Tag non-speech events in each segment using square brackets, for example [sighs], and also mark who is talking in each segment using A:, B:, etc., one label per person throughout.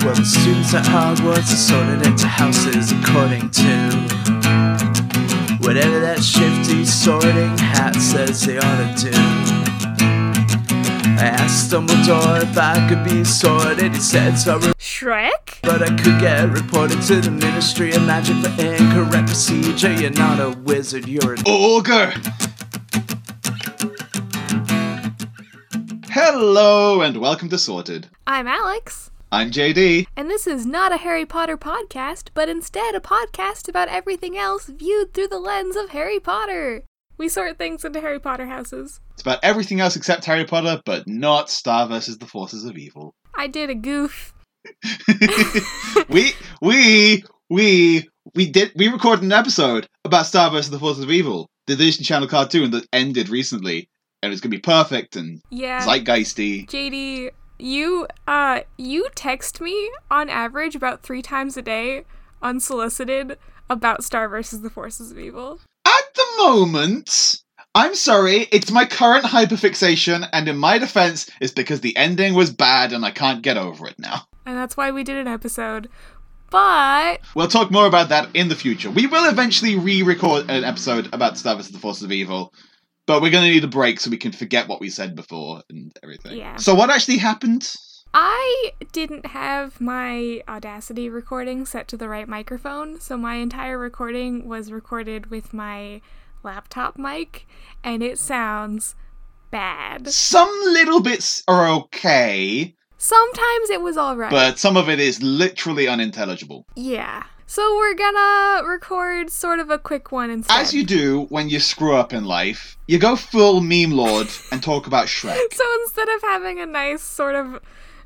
A: Well, the students at Hogwarts are sorted into houses according to whatever that shifty sorting hat says they ought to do. I asked Dumbledore if I could be sorted. He said sorry,
B: Shrek?
A: but I could get reported to the Ministry of Magic for incorrect procedure. You're not a wizard, you're an
C: Ogre! Hello and welcome to Sorted.
B: I'm Alex,
C: I'm JD.
B: and this is not a Harry Potter podcast, but instead a podcast about everything else viewed through the lens of Harry Potter. We sort things into Harry Potter houses.
C: It's about everything else except Harry Potter, but not Star versus the Forces of Evil. [laughs]
B: I did a goof.
C: we we we we did we recorded an episode about Star versus the Forces of Evil, the Disney Channel cartoon that ended recently, and it's gonna be perfect and
B: Yeah.
C: zeitgeisty.
B: JD, you uh you text me on average about 3 times a day unsolicited about Star versus the Forces of Evil.
C: At the moment, I'm sorry, it's my current hyperfixation, and in my defense, it's because the ending was bad and I can't get over it now.
B: And that's why we did an episode. But
C: We'll talk more about that in the future. We will eventually re record an episode about Star Wars The Forces of Evil, but we're going to need a break so we can forget what we said before and everything.
B: Yeah.
C: So, what actually happened?
B: I didn't have my Audacity recording set to the right microphone, so my entire recording was recorded with my laptop mic, and it sounds bad.
C: Some little bits are okay,
B: Sometimes it was alright.
C: but some of it is literally unintelligible.
B: yeah. So we're gonna record sort of a quick one instead.
C: As you do when you screw up in life, you go full meme lord and talk about Shrek.
B: so instead of having a nice, sort of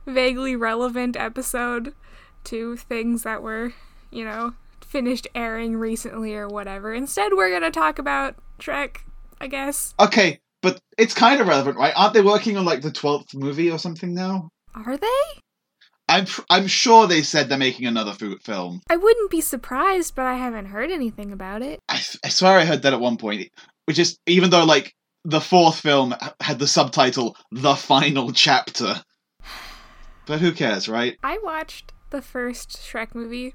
B: vaguely relevant episode to things that were, you know, finished airing recently or whatever, instead we're gonna talk about Trek, I guess.
C: Okay, but it's kind of relevant, right? Aren't they working on like the twelfth movie or something now?
B: Are they?
C: I'm pr- I'm sure they said they're making another fu- film.
B: I wouldn't be surprised, but I haven't heard anything about it.
C: I, f- I swear I heard that at one point, which is even though like the fourth film h- had the subtitle "The Final Chapter," [sighs] but who cares, right?
B: I watched the first Shrek movie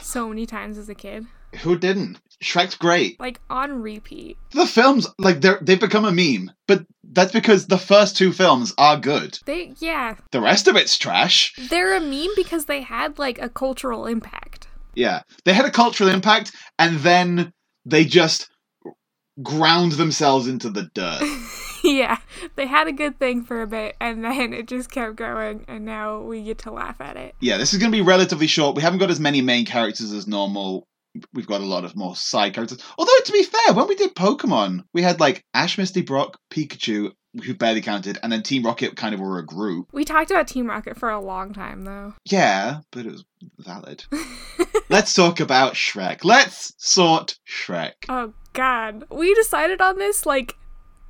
B: so many times as a kid,
C: Who didn't? Shrek's great.
B: like on repeat.
C: The films like they're they've become a meme, but that's because the first two films are good.
B: They, yeah,
C: The rest of it's trash.
B: they're a meme because they had like a cultural impact.
C: Yeah. They had a cultural impact and then they just ground themselves into the dirt.
B: [laughs] yeah, they had a good thing for a bit, and then it just kept going, and now we get to laugh at it.
C: yeah, this is going to be relatively short. We haven't got as many main characters as normal. We've got a lot of more side characters. Although, to be fair, when we did Pokemon, we had like Ash, Misty, Brock, Pikachu, who barely counted, and then Team Rocket kind of were a group.
B: We talked about Team Rocket for a long time, though.
C: Yeah, but it was valid. Let's talk about Shrek. Let's sort Shrek.
B: Oh, God. We decided on this like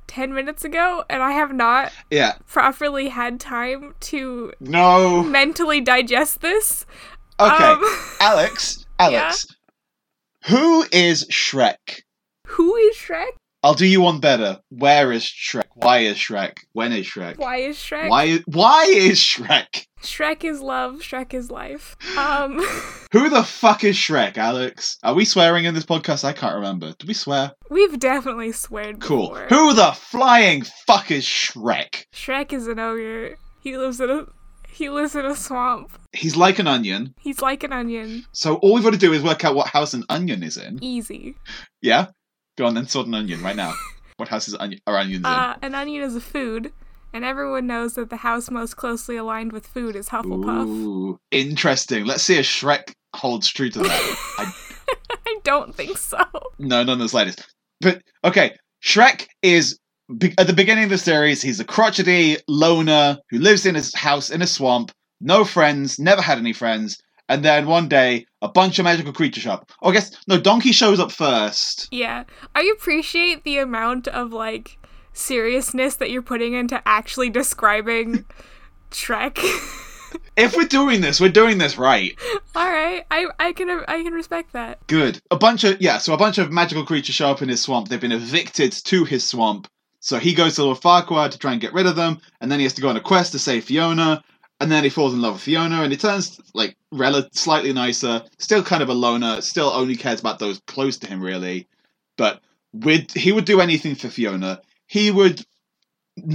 B: 10 minutes ago, and I have not
C: Yeah.
B: properly had time to
C: No.
B: mentally digest this.
C: Okay.
B: Um, [laughs]
C: Alex, Alex, who is Shrek?
B: who is Shrek?
C: I'll do you one better. Where is Shrek? Why is Shrek? When is Shrek?
B: Why is Shrek?
C: Why is, why is Shrek?
B: Shrek is love, Shrek is life. Um, [laughs]
C: Who the fuck is Shrek, Alex? Are we swearing in this podcast? I can't remember. Did we swear?
B: we've definitely sweared
C: Cool.
B: before.
C: Who the flying fuck is Shrek?
B: Shrek is an ogre. He lives in a he lives in a swamp.
C: He's like an onion,
B: He's like an onion.
C: so all we've got to do is work out what house an onion is in.
B: Easy.
C: Yeah? Go on then, sort an onion
B: [laughs]
C: right now. What house is onion- are onions
B: Uh, an onion is a food, and everyone knows that the house most closely aligned with food is
C: in?
B: Hufflepuff.
C: Ooh, interesting. Let's see if Shrek holds true to that. I
B: [laughs] I don't think so.
C: No, none of the slightest. But okay, Shrek is be- at the beginning of the series. He's a crotchety loner who lives in his house in a swamp, no friends, never had any friends. And then one day, a bunch of magical creatures show up. Oh, I guess no. Donkey shows up first.
B: Yeah. I appreciate the amount of like seriousness that you're putting into actually describing Shrek. [laughs]
C: If we're doing this, we're doing this right.
B: All right. I I can I can respect that.
C: Good. A bunch of yeah. So a bunch of magical creatures show up in his swamp. They've been evicted to his swamp. So he goes to Lord Farquaad to try and get rid of them, and then he has to go on a quest to save Fiona. and then he falls in love with Fiona, and he turns like rel- slightly nicer, still kind of a loner, still only cares about those close to him really, but would he would do anything for Fiona. He would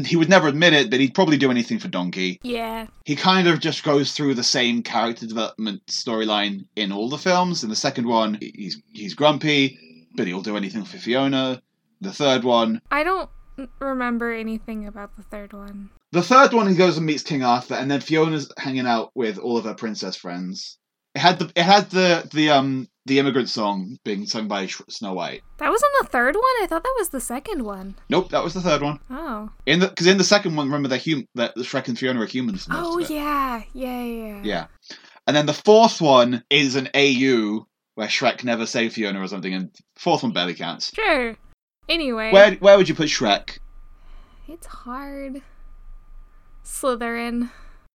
C: he would never admit it, but he'd probably do anything for Donkey.
B: Yeah.
C: He kind of just goes through the same character development storyline in all the films. In the second one, he's he's grumpy, but he'll do anything for Fiona. The third one,
B: I don't remember anything about the third one.
C: The third one, he goes and meets King Arthur, and then Fiona's hanging out with all of her princess friends. It had the it had the the um the immigrant song being sung by Sh- Snow White.
B: That was in the third one? I thought that was the second one.
C: Nope, that was the third one.
B: Oh.
C: In the because in the second one, remember they're hum that Shrek and Fiona are humans. for most
B: Oh,
C: of it.
B: yeah. Yeah, yeah.
C: yeah. And then the fourth one is an AU where Shrek never saved Fiona or something, and fourth one barely counts.
B: Sure. Anyway,
C: Where where would you put Shrek?
B: it's hard. Slytherin.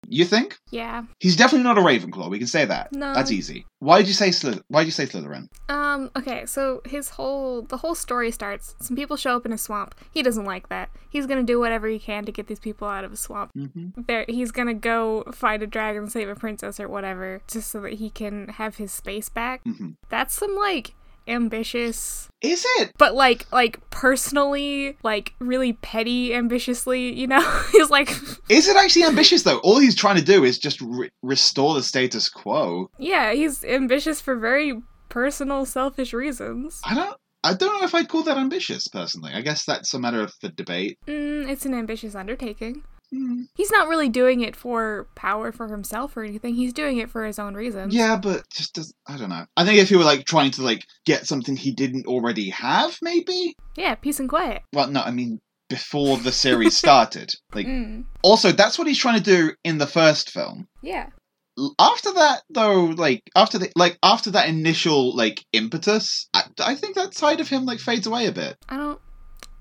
C: You think
B: Yeah.
C: he's definitely not a Ravenclaw? We can say that.
B: No.
C: That's easy. Why did you say Slyth- Why did you say Slytherin?
B: Um, okay, so his whole the whole story starts. Some people show up in a swamp. He doesn't like that. He's gonna do whatever he can to get these people out of a swamp.
C: Mm-hmm.
B: There he's gonna go fight a dragon, save a princess or whatever, just so that he can have his space back.
C: Mm-hmm.
B: That's some like ambitious
C: Is it?
B: but like like personally, like really petty ambitiously, you know? [laughs] he's like
C: Is it actually ambitious though? All he's trying to do is just re- restore the status quo.
B: Yeah, he's ambitious for very personal, selfish reasons.
C: I don't. I don't know if I'd call that ambitious personally. I guess that's a matter of the debate.
B: Mm, it's an ambitious undertaking.
C: Hmm.
B: He's not really doing it for power for himself or anything. He's doing it for his own reasons.
C: Yeah, but just does I don't know. I think if he were like trying to like get something he didn't already have, maybe.
B: Yeah, peace and quiet.
C: Well, no, I mean before the series started. Like,
B: Mm.
C: also that's what he's trying to do in the first film.
B: Yeah.
C: L- after that though like after the like after that initial like impetus I, I think that side of him like fades away a bit
B: I don't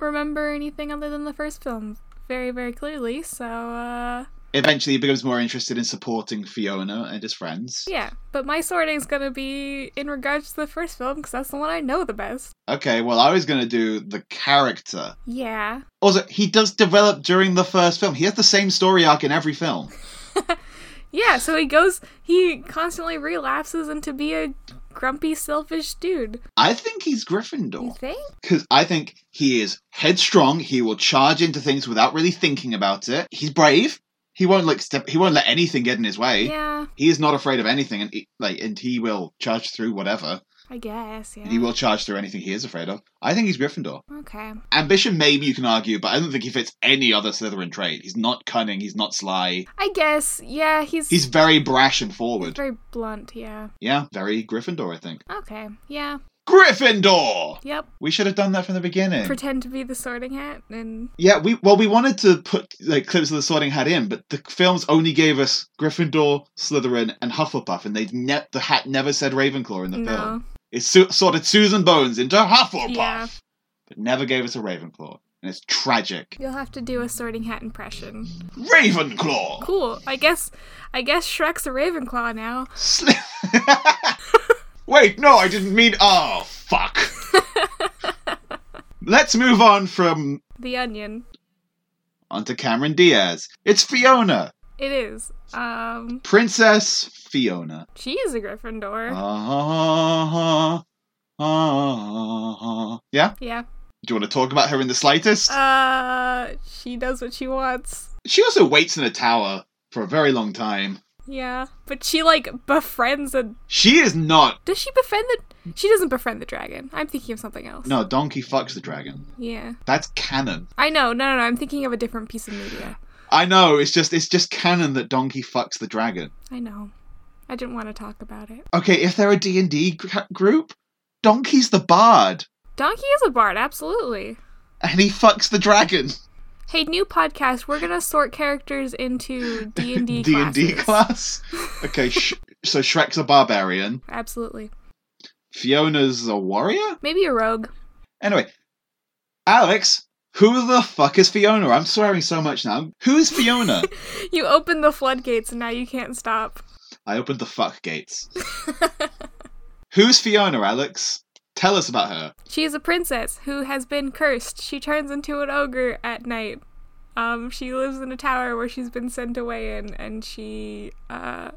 B: remember anything other than the first film very, very clearly, so uh
C: eventually he becomes more interested in supporting fiona and his friends
B: yeah. But my sorting's gonna be in regards to the first film because that's the one I know the best.
C: okay well i was gonna do the character
B: Yeah.
C: also he does develop during the first film he has the same story arc in every film
B: Yeah, so he goes he constantly relapses into be a grumpy, selfish dude.
C: i think he's
B: You
C: gryffindor
B: think?
C: because i think he is headstrong he will charge into things without really thinking about it he's brave he won't like step he won't let anything get in his way
B: Yeah,
C: he is not afraid of anything, and he, like, and he will charge through whatever.
B: I guess, yeah.
C: He will charge through anything he is afraid of. I think he's Gryffindor.
B: Okay.
C: Ambition, maybe you can argue, but I don't think he fits any other Slytherin trait. He's not cunning. He's not sly.
B: I guess, yeah, he's
C: He's very brash and
B: he's
C: forward.
B: very blunt, yeah.
C: Yeah, very Gryffindor, I think.
B: Okay. Yeah.
C: Gryffindor.
B: Yep.
C: We should have done that from the beginning.
B: Pretend to be the sorting hat and
C: yeah, we well we wanted to put like clips of the Sorting Hat in, but the films only gave us Gryffindor, Slytherin, and Hufflepuff, and they ne- the hat never said Ravenclaw in the film.
B: no.
C: It su- sorted Susan Bones into Hufflepuff,
B: Yeah.
C: but never gave us a Ravenclaw, and it's tragic.
B: You'll have to do a sorting hat impression.
C: Ravenclaw.
B: Cool. I guess I guess Shrek's a Ravenclaw now.
C: Sli- [laughs] Wait, no, I didn't mean. Oh,
B: [laughs]
C: fuck. Let's move on from
B: The onion.
C: onto Cameron Diaz. It's Fiona,
B: It is. Um
C: Princess Fiona.
B: she is a Gryffindor.
C: Uh. Ah, ah, yeah.
B: yeah.
C: Do you want to talk about her in the slightest?
B: Uh she does what she wants.
C: she also waits in a tower for a very long time.
B: Yeah. But she like befriends a
C: She is not.
B: Does she befriend the She doesn't befriend the dragon. I'm thinking of something else.
C: No, Donkey fucks the dragon.
B: Yeah.
C: That's canon.
B: I know. No, no, no. I'm thinking of a different piece of media.
C: I know. It's just it's just canon that Donkey fucks the dragon.
B: I know. I didn't want to talk about it.
C: Okay, if they're a D and D group, Donkey's the bard,
B: Donkey is a bard, absolutely.
C: and he fucks the dragon.
B: Hey, new podcast. We're gonna sort characters
C: [laughs]
B: into D and D
C: D and D class. Okay, sh- so Shrek's a barbarian.
B: Absolutely.
C: Fiona's a warrior.
B: Maybe a rogue.
C: Anyway, Alex, who the fuck is Fiona? I'm swearing so much now. Who is Fiona?
B: You opened the floodgates and now you can't stop.
C: I opened the fuck gates. Who's Fiona, Alex? Tell us about her.
B: She is a princess who has been cursed. She turns into an ogre at night. Um, she lives in a tower where she's been sent away in, and she uh,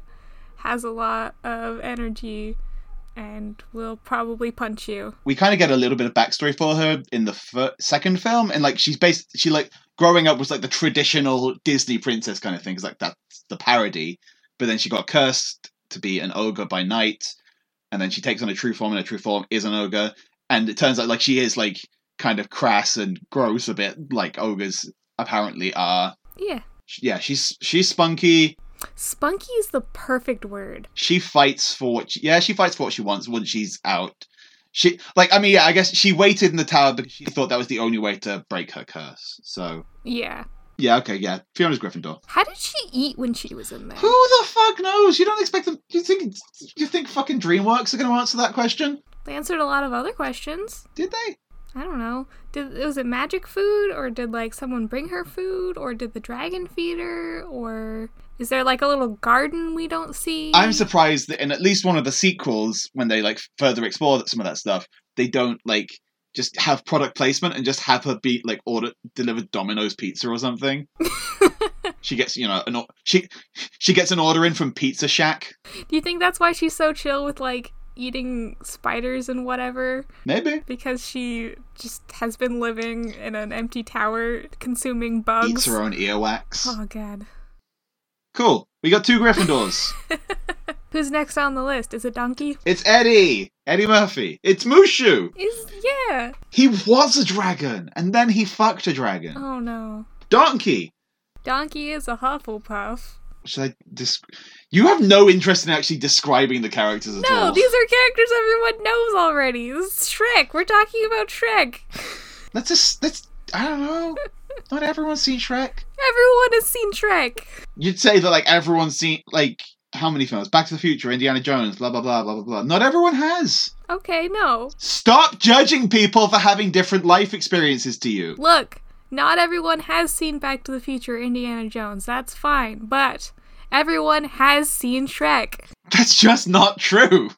B: has a lot of energy and will probably punch you.
C: we kind of get a little bit of backstory for her in the fir- second film, and like she's based, she like growing up was like the traditional Disney princess kind of thing. It's like that's the parody, but then she got cursed to be an ogre by night, and then she takes on a true form, and her true form is an ogre, and it turns out like she is like kind of crass and gross a bit, like ogres apparently are.
B: Yeah.
C: Yeah, she's she's spunky.
B: Spunky is the perfect word.
C: she fights for what she, yeah she fights for what she wants once she's out she like i mean yeah i guess she waited in the tower because she thought that was the only way to break her curse so
B: Yeah.
C: yeah okay yeah fiona's gryffindor
B: How did she eat when she was in there?
C: who the fuck knows you don't expect them you think you think fucking dreamworks are going to answer that question
B: They answered a lot of other questions.
C: did they
B: I don't know. Did was it magic food or did like someone bring her food or did the dragon feed her or is there like a little garden we don't see?
C: i'm surprised that in at least one of the sequels when they like further explore some of that stuff they don't like just have product placement and just have her be like order delivered Domino's pizza or
B: [laughs]
C: something. she gets you know an or- she she gets an order in from Pizza Shack.
B: Do you think that's why she's so chill with like eating spiders and whatever
C: Maybe
B: because she just has been living in an empty tower consuming bugs?
C: eats her own earwax.
B: Oh god.
C: Cool. We got two Gryffindors.
B: Who's next on the list? Is it Donkey?
C: it's Eddie. Eddie Murphy. It's Mushu.
B: Is yeah.
C: He was a dragon, and then he fucked a dragon.
B: Oh no.
C: Donkey.
B: Donkey is a Hufflepuff.
C: Should I dis- You have no interest in actually describing the characters at
B: No,
C: all.
B: these are characters everyone knows already. This is Shrek. We're talking about Shrek.
C: Let's just let's. I don't know. Not everyone's seen Shrek.
B: Everyone has seen Shrek.
C: You'd say that like everyone's seen like how many films? Back to the Future, Indiana Jones, blah blah blah blah blah blah. Not everyone has.
B: Okay, no.
C: Stop judging people for having different life experiences to you.
B: Look, not everyone has seen Back to the Future Indiana Jones. That's fine. But everyone has seen Shrek.
C: That's just not true.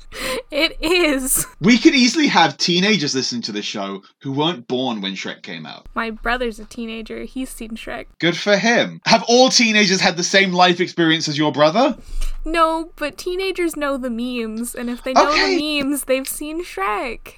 B: It is. [laughs]
C: We could easily have teenagers listening to this show who weren't born when Shrek came out.
B: My brother's a teenager. He's seen Shrek.
C: Good for him. Have all teenagers had the same life experience as your brother?
B: No, but teenagers know the memes, and if they know
C: Okay.
B: the memes, they've seen Shrek.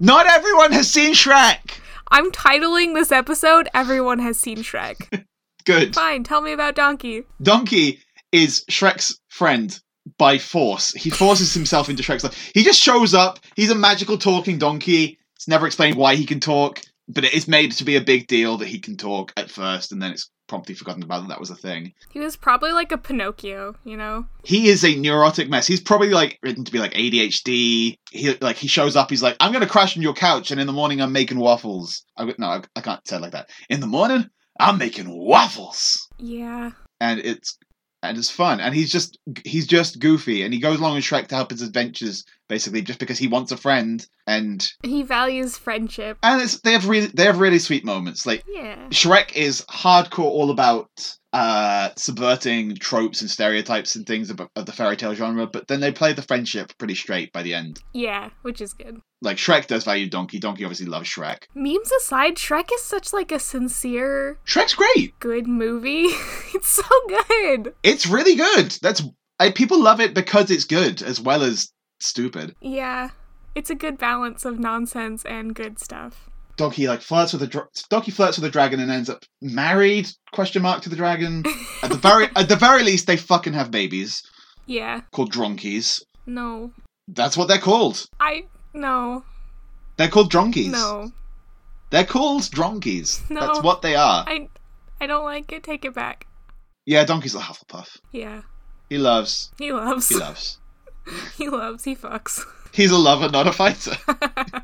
C: Not everyone has seen Shrek.
B: I'm titling this episode Everyone Has Seen Shrek.
C: Good.
B: Fine, tell me about Donkey.
C: Donkey is Shrek's friend by force. He forces himself into Shrek's life. He just shows up. He's a magical talking donkey. It's never explained why he can talk, but it is made to be a big deal that he can talk at first, and then it's promptly forgotten about that that was a thing.
B: He was probably like a Pinocchio, you know?
C: He is a neurotic mess. He's probably like written to be like ADHD. He like he shows up. He's like, I'm gonna crash on your couch, and in the morning I'm making waffles. I, no, I, I can't say it like that. In the morning I'm making waffles.
B: Yeah.
C: and it's and it's fun and he's just he's just goofy and he goes along with Shrek to help his adventures basically just because he wants a friend and
B: He values friendship.
C: and it's they have really they have really sweet moments like
B: Yeah.
C: Shrek is hardcore all about uh subverting tropes and stereotypes and things of, of the fairy tale genre but then they play the friendship pretty straight by the end
B: Yeah, which is good.
C: like Shrek does value Donkey Donkey obviously loves Shrek
B: Memes aside, Shrek is such like a sincere,
C: Shrek's great
B: good movie. [laughs] it's so good.
C: it's really good that's I, people love it because it's good as well as stupid
B: Yeah. It's a good balance of nonsense and good stuff.
C: Donkey like flirts with the dra- Donkey flirts with the dragon and ends up married? Question mark to the dragon. at the very at the very least, they fucking have babies
B: Yeah.
C: called dronkies.
B: No.
C: That's what they're called.
B: I no.
C: They're called dronkies.
B: No.
C: They're called dronkies.
B: No.
C: That's what they are.
B: I I don't like it. Take it back.
C: Yeah, Donkey's a Hufflepuff.
B: Yeah.
C: He loves.
B: He loves. [laughs]
C: He
B: he loves.
C: loves.
B: He fucks. [laughs]
C: He's a lover, not a fighter.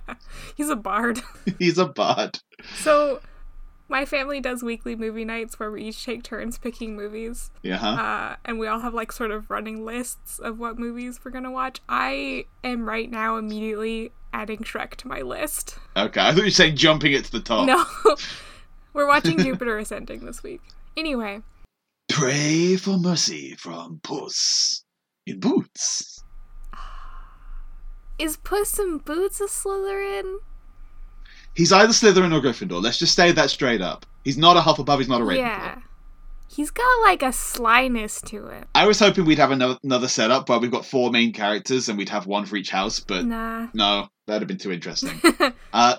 C: [laughs]
B: He's a bard.
C: He's a bard.
B: So, my family does weekly movie nights where we each take turns picking movies,
C: Yeah. huh?
B: uh, and we all have like sort of running lists of what movies we're gonna watch. I am right now immediately adding Shrek to my list.
C: Okay. I thought you were saying jumping it to the top.
B: No,
C: [laughs]
B: we're watching Jupiter Ascending this week. Anyway,
C: Pray for mercy from Puss in Boots.
B: is Puss in Boots a Slytherin?
C: He's either Slytherin or Gryffindor. Let's just say that straight up. He's not a Hufflepuff. He's not a Ravenclaw.
B: Yeah. He's got like a slyness to it.
C: I was hoping we'd have another, another setup where we've got four main characters and we'd have one for each house, but
B: Nah. [laughs]
C: no, that'd have been too interesting. uh,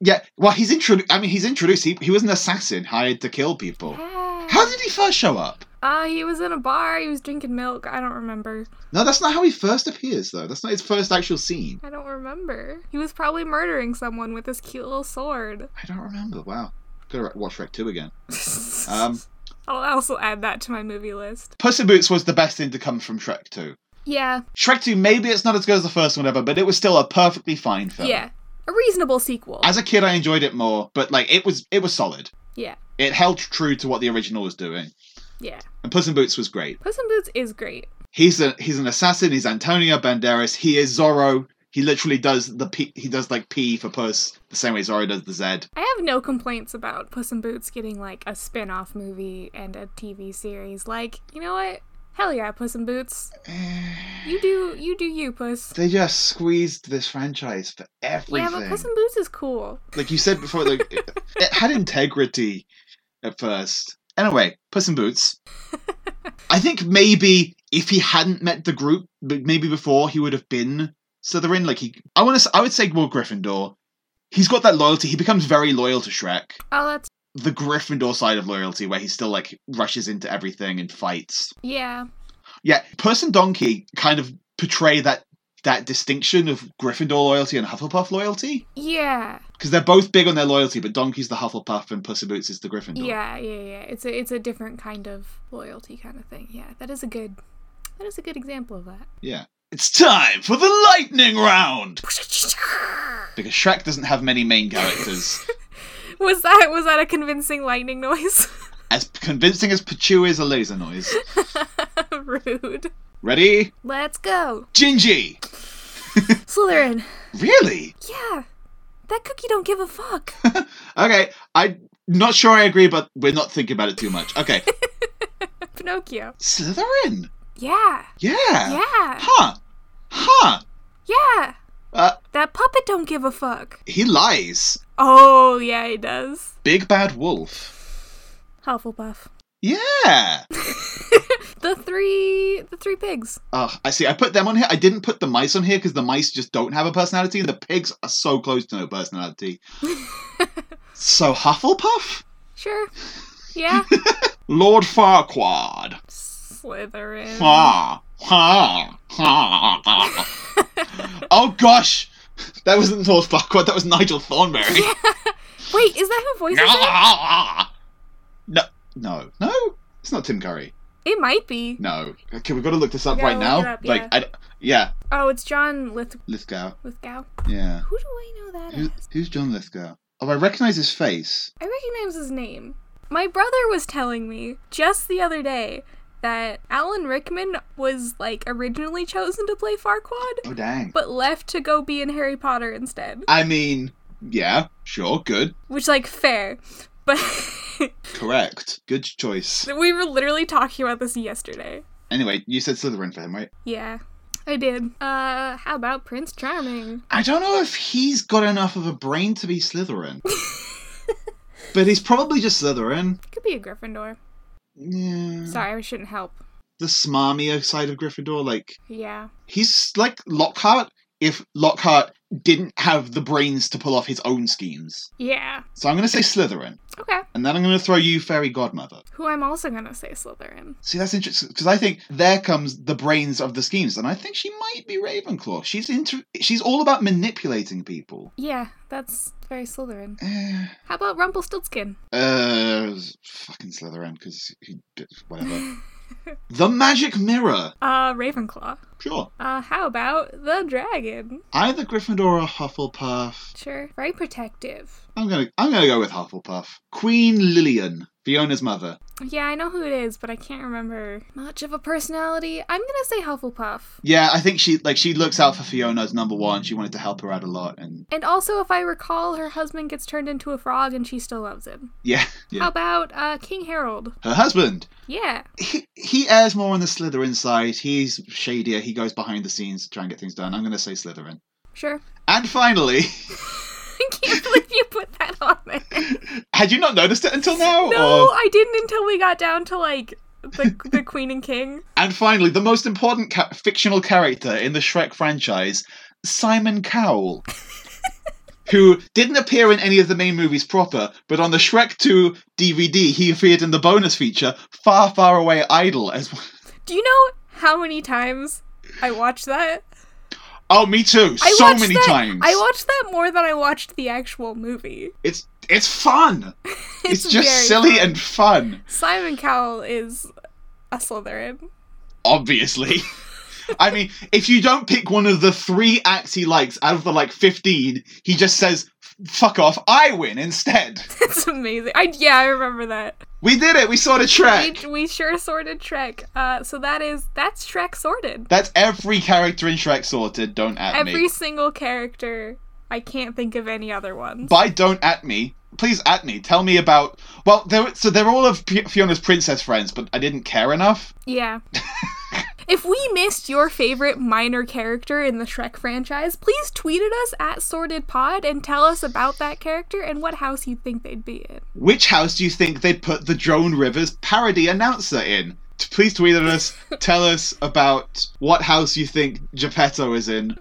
C: yeah, well, he's introduced. I mean, he's introduced. He, he was an assassin hired to kill people. How did he first show up?
B: Uh, he was in a bar. He was drinking milk. I don't remember.
C: No, that's not how he first appears, though. That's not his first actual scene.
B: I don't remember. He was probably murdering someone with his cute little sword. [laughs]
C: I don't remember. Wow. Gotta re- watch Rec 2 again. Um,
B: I'll also add that to my movie list.
C: Puss in Boots was the best thing to come from Shrek 2.
B: Yeah,
C: Shrek 2, maybe it's not as good as the first one ever, but it was still a perfectly fine film.
B: yeah, a reasonable sequel.
C: As a kid, I enjoyed it more, but like it was, it was solid.
B: yeah,
C: It held true to what the original was doing,
B: yeah.
C: and Puss in Boots was great.
B: Puss in Boots is great.
C: He's a he's an assassin. He's Antonio Banderas. He is Zorro. He literally does the P. He does like P for Puss, the same way Zorro does
B: [sighs]
C: the Z.
B: I have no complaints about Puss in Boots getting like a spin-off movie and a TV series. Like, you know what? Hell yeah, Puss in Boots. You do, you do, you Puss.
C: They just squeezed this franchise for everything.
B: Yeah, but Puss in Boots is cool.
C: like you said before, like it, it had integrity at first. Anyway, Puss in Boots. I think maybe if he hadn't met the group, but maybe before he would have been Slytherin. Like he, I want to, I would say more Gryffindor. He's got that loyalty. He becomes very loyal to Shrek.
B: Oh, that's
C: The Gryffindor side of loyalty, where he still like rushes into everything and fights.
B: yeah.
C: Yeah, Puss and Donkey kind of portray that that distinction of Gryffindor loyalty and Hufflepuff loyalty.
B: Yeah,
C: Because they're both big on their loyalty, but Donkey's the Hufflepuff and Puss in Boots is the Gryffindor.
B: yeah, yeah, yeah. It's a it's a different kind of loyalty kind of thing. Yeah, that is a good that is a good example of that.
C: Yeah. It's time for the lightning round! Because Shrek doesn't have many main characters.
B: Was that was that a convincing lightning noise? [laughs]
C: as convincing as Pachu is a laser noise.
B: Rude.
C: Ready?
B: Let's go.
C: Gingy!
B: Slytherin.
C: Really?
B: Yeah. That cookie don't give a fuck.
C: Okay, I'm not sure I agree, but we're not thinking about it too much. Okay,
B: Pinocchio.
C: Slytherin!
B: Yeah.
C: Yeah!
B: Yeah.
C: Huh! Huh!
B: Yeah.
C: Uh,
B: That puppet don't give a fuck.
C: he lies.
B: Oh, yeah, he does.
C: Big Bad Wolf.
B: Hufflepuff.
C: Yeah!
B: The three the three pigs.
C: Oh, I see. I put them on here. I didn't put the mice on here because the mice just don't have a personality, and the pigs are so close to
B: [laughs]
C: no personality. so Hufflepuff,
B: Sure. Yeah.
C: Lord Farquaad.
B: Slytherin.
C: Ha ha ha.
B: [laughs]
C: ha. oh gosh, that wasn't Lord Farquaad. That was Nigel Thornberry.
B: Wait, is that who voices it?
C: [laughs] no, no, no. It's not Tim Curry.
B: It might be.
C: No. Okay, we've got to look this up
B: gotta
C: right
B: look
C: now.
B: it up,
C: Like,
B: yeah.
C: I d yeah,
B: Oh, it's John Lith-
C: Lithgow.
B: Lithgow.
C: Yeah.
B: Who do I know that
C: Who's,
B: as?
C: who's John Lithgow? Oh, I recognize his face.
B: I recognize his name. My brother was telling me just the other day that Alan Rickman was like originally chosen to play Farquaad,
C: Oh, dang.
B: but left to go be in Harry Potter instead.
C: I mean, yeah, sure, good,
B: Which like fair. [laughs] But
C: correct, good choice.
B: we were literally talking about this yesterday.
C: Anyway, you said Slytherin for him, right?
B: Yeah. I did. Uh how about Prince Charming?
C: I don't know if he's got enough of a brain to be Slytherin. but he's probably just Slytherin.
B: Could be a Gryffindor.
C: Yeah.
B: Sorry, I shouldn't help.
C: The smarmier side of Gryffindor, like,
B: Yeah.
C: he's like Lockhart if Lockhart didn't have the brains to pull off his own schemes.
B: Yeah.
C: So I'm going to say Slytherin.
B: Okay.
C: And then I'm going to throw you Fairy Godmother.
B: Who I'm also gonna say Slytherin.
C: See, that's interesting because I think there comes the brains of the schemes, and I think she might be Ravenclaw. She's inter- she's all about manipulating people.
B: Yeah, that's very Slytherin.
C: Eh,
B: How about Rumpelstiltskin?
C: Uh, fucking Slytherin because whatever. the magic mirror,
B: Uh, Ravenclaw.
C: sure.
B: Uh, how about the dragon?
C: Either Gryffindor or Hufflepuff.
B: Sure. Very protective.
C: I'm gonna I'm gonna go with Hufflepuff. Queen Lillian, Fiona's mother.
B: Yeah, I know who it is, but I can't remember much of a personality. I'm gonna say Hufflepuff.
C: Yeah, I think she like she looks out for Fiona as number one. She wanted to help her out a lot, and
B: And also, if I recall, her husband gets turned into a frog and she still loves him.
C: yeah,
B: How
C: yeah.
B: about uh, King Harold?
C: Her husband.
B: Yeah.
C: he he airs more on the Slytherin side. He's shadier. He goes behind the scenes to try and get things done. I'm going to say Slytherin.
B: Sure.
C: And
B: [laughs]
C: finally, [laughs]
B: I can't believe you put that on there.
C: Had you not noticed it until now?
B: No,
C: Or...
B: I didn't until we got down to like the the Queen and King.
C: And finally, the most important ca- fictional character in the Shrek franchise, Simon
B: [laughs]
C: Cowell, who didn't appear in any of the main movies proper, but on the Shrek 2 DVD, he appeared in the bonus feature Far, Far Away Idol as well.
B: Do you know how many times I watched that?
C: Oh, me too.
B: I
C: so
B: watched
C: many
B: that-
C: times.
B: I watched that more than I watched the actual movie.
C: it's it's fun. It's, just
B: very
C: silly
B: fun.
C: and fun,
B: Simon Cowell is a Slytherin. [laughs]
C: obviously. I mean, if you don't pick one of the three acts he likes out of the like 15, he just says, fuck off, I win instead.
B: It's amazing. I yeah, I remember that.
C: We did it. We saw the
B: We,
C: Shrek.
B: we sure sorted Shrek. Uh, so that is that's Shrek sorted.
C: That's every character in Shrek sorted. Don't at
B: Every
C: me.
B: single character. I can't think of any other ones.
C: By don't at me, please at me. Tell me about. Well, they're, so they're all of P- Fiona's princess friends, but I didn't care enough.
B: Yeah. if we missed your favorite minor character in the Shrek franchise, please tweet at us at Sorted Pod and tell us about that character and what house you think they'd be in.
C: Which house do you think they'd put the Drone Rivers parody announcer in? T- Please tweet at us. Tell us about what house you think Geppetto is in.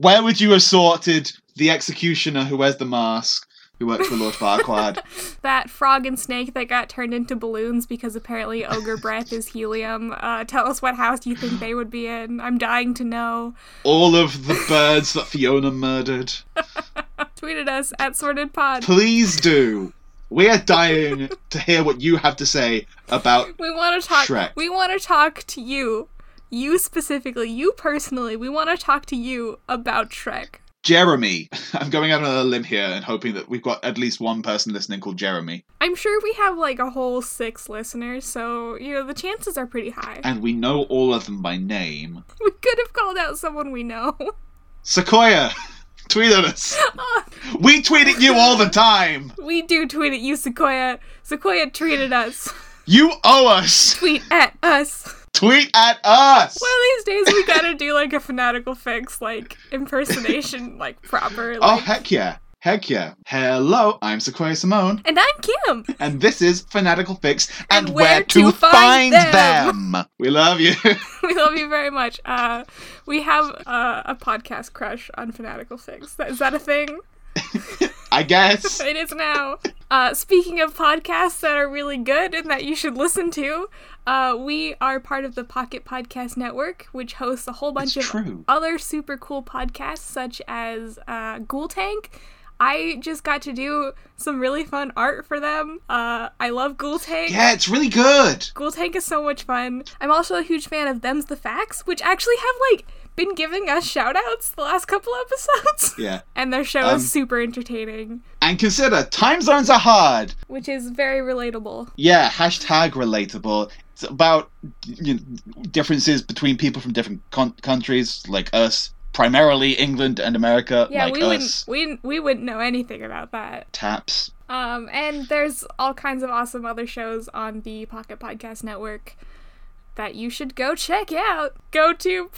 C: Where would you have sorted the executioner who wears the mask, who works for Lord Farquaad?
B: That frog and snake that got turned into balloons because apparently ogre breath is helium. Uh, tell us what house you think they would be in. I'm dying to know.
C: all of the birds that Fiona murdered?
B: Tweet at us at Sorted Pod.
C: please do. We are dying to hear what you have to say about.
B: We want to talk.
C: Shrek.
B: We want to talk to you, you specifically, you personally. We want to talk to you about Shrek.
C: Jeremy. [laughs] I'm going out on a limb here and hoping that we've got at least one person listening called Jeremy.
B: I'm sure we have like a whole six listeners, so you know the chances are pretty high. [laughs]
C: And we know all of them by name.
B: We could have called out someone we know. [laughs]
C: Sequoia, [laughs] tweet at us.
B: Ah,
C: We tweet at you all the time.
B: we do tweet at you, Sequoia. Sequoia tweeted us. [laughs]
C: You owe us.
B: Tweet at us.
C: Tweet at us.
B: One of these days we gotta do like a fanatical fix, like impersonation,
C: [laughs]
B: like proper.
C: Oh,
B: Like...
C: heck yeah. Heck yeah. Hello, I'm Sequoia Simone,
B: And I'm Kim. [laughs]
C: and this is Fanatical Fix and,
B: And where to find them.
C: them. We love you. [laughs]
B: We love you very much. Uh, we have uh, a podcast crush on Fanatical Fix. That- Is that a thing? [laughs]
C: I guess.
B: It is now. Uh, speaking of podcasts that are really good and that you should listen to, uh, we are part of the Pocket Podcast Network, which hosts a whole bunch
C: It's
B: of
C: true.
B: other super cool podcasts, such as uh, Ghoul Tank. I just got to do some really fun art for them. Uh, I love Ghoul Tank.
C: Yeah, it's really good.
B: Ghoul Tank is so much fun. I'm also a huge fan of Them's the Facts, which actually have like been giving us shout outs the last couple episodes.
C: Yeah.
B: [laughs] And their show
C: Um,
B: is super entertaining,
C: And consider time zones are hard.
B: which is very relatable.
C: Yeah, hashtag relatable. It's about you know, differences between people from different con- countries, like us, primarily England and America,
B: Yeah,
C: like
B: we wouldn't
C: us.
B: we didn't- we wouldn't know anything about that.
C: Taps.
B: Um, and there's all kinds of awesome other shows on the Pocket Podcast Network that you should go check out. Go to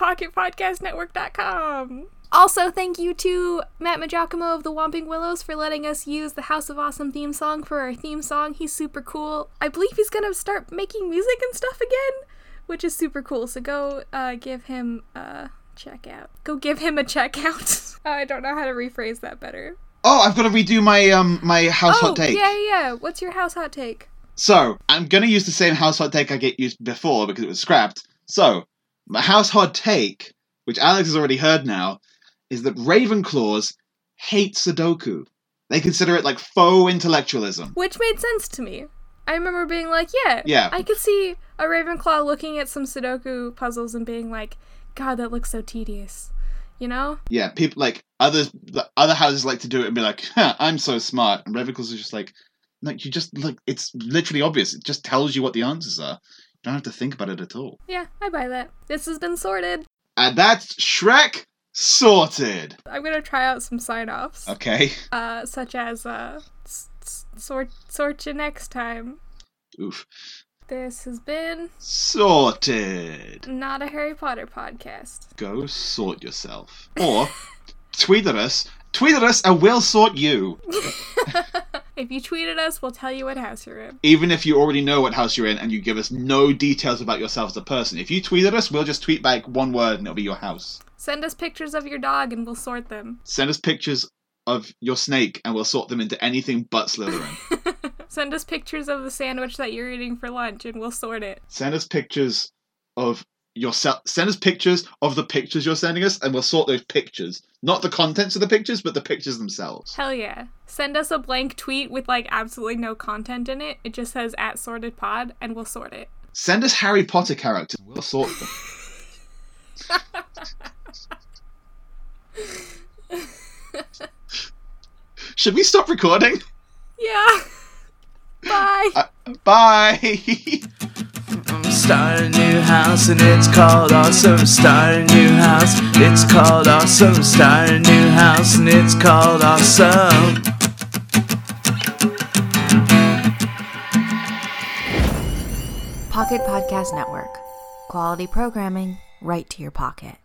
B: pocketpodcastnetwork.com. Also, thank you to Matt Majacomo of the Whomping Willows for letting us use the House of Awesome theme song for our theme song. He's super cool. I believe he's gonna start making music and stuff again, which is super cool. So go uh, give him a check out. Go give him a check out. [laughs] I don't know how to rephrase that better.
C: Oh, I've got to redo my um my house
B: oh,
C: hot take.
B: Yeah, yeah, yeah. What's your house hot take?
C: So I'm gonna use the same house hot take I get used before because it was scrapped. So my house hot take, which Alex has already heard now, is that Ravenclaws hate Sudoku. They consider it like faux intellectualism.
B: Which made sense to me. I remember being like, yeah,
C: Yeah.
B: I could see a Ravenclaw looking at some Sudoku puzzles and being like, God, that looks so tedious. You know?
C: Yeah, people like others, the other houses like to do it and be like, huh, "I'm so smart," and Ravenclaws is just like, "No, you just look. It's literally obvious. It just tells you what the answers are. You don't have to think about it at all."
B: Yeah, I buy that. This has been sorted.
C: And that's Shrek sorted.
B: I'm gonna try out some sign offs,
C: Okay. [laughs]
B: uh, such as uh, s- s- sort sort you next time.
C: Oof.
B: This has been
C: Sorted.
B: not a Harry Potter podcast. [laughs]
C: go sort yourself. Or tweet at us Tweet at us and we'll sort you.
B: If you tweeted us, we'll tell you what house you're in.
C: Even if you already know what house you're in and you give us no details about yourself as a person, if you tweet at us, we'll just tweet back one word and it'll be your house.
B: Send us pictures of your dog and we'll sort them.
C: Send us pictures of your snake and we'll sort them into anything but Slytherin.
B: Send us pictures of the sandwich that you're eating for lunch and we'll sort it.
C: send us pictures of yourself. Send us pictures of the pictures you're sending us and we'll sort those pictures. Not the contents of the pictures, but the pictures themselves.
B: Hell yeah. Send us a blank tweet with like absolutely no content in it. It just says at sorted pod and we'll sort it.
C: Send us Harry Potter characters. We'll sort them. Should we stop recording?
B: Yeah. [laughs] Bye.
C: Bye. [laughs]
A: I'm starting a new house and it's called awesome. Starting a new house, it's called awesome. Starting a new house and it's called awesome.
D: Pocket Podcast Network. Quality programming right to your pocket.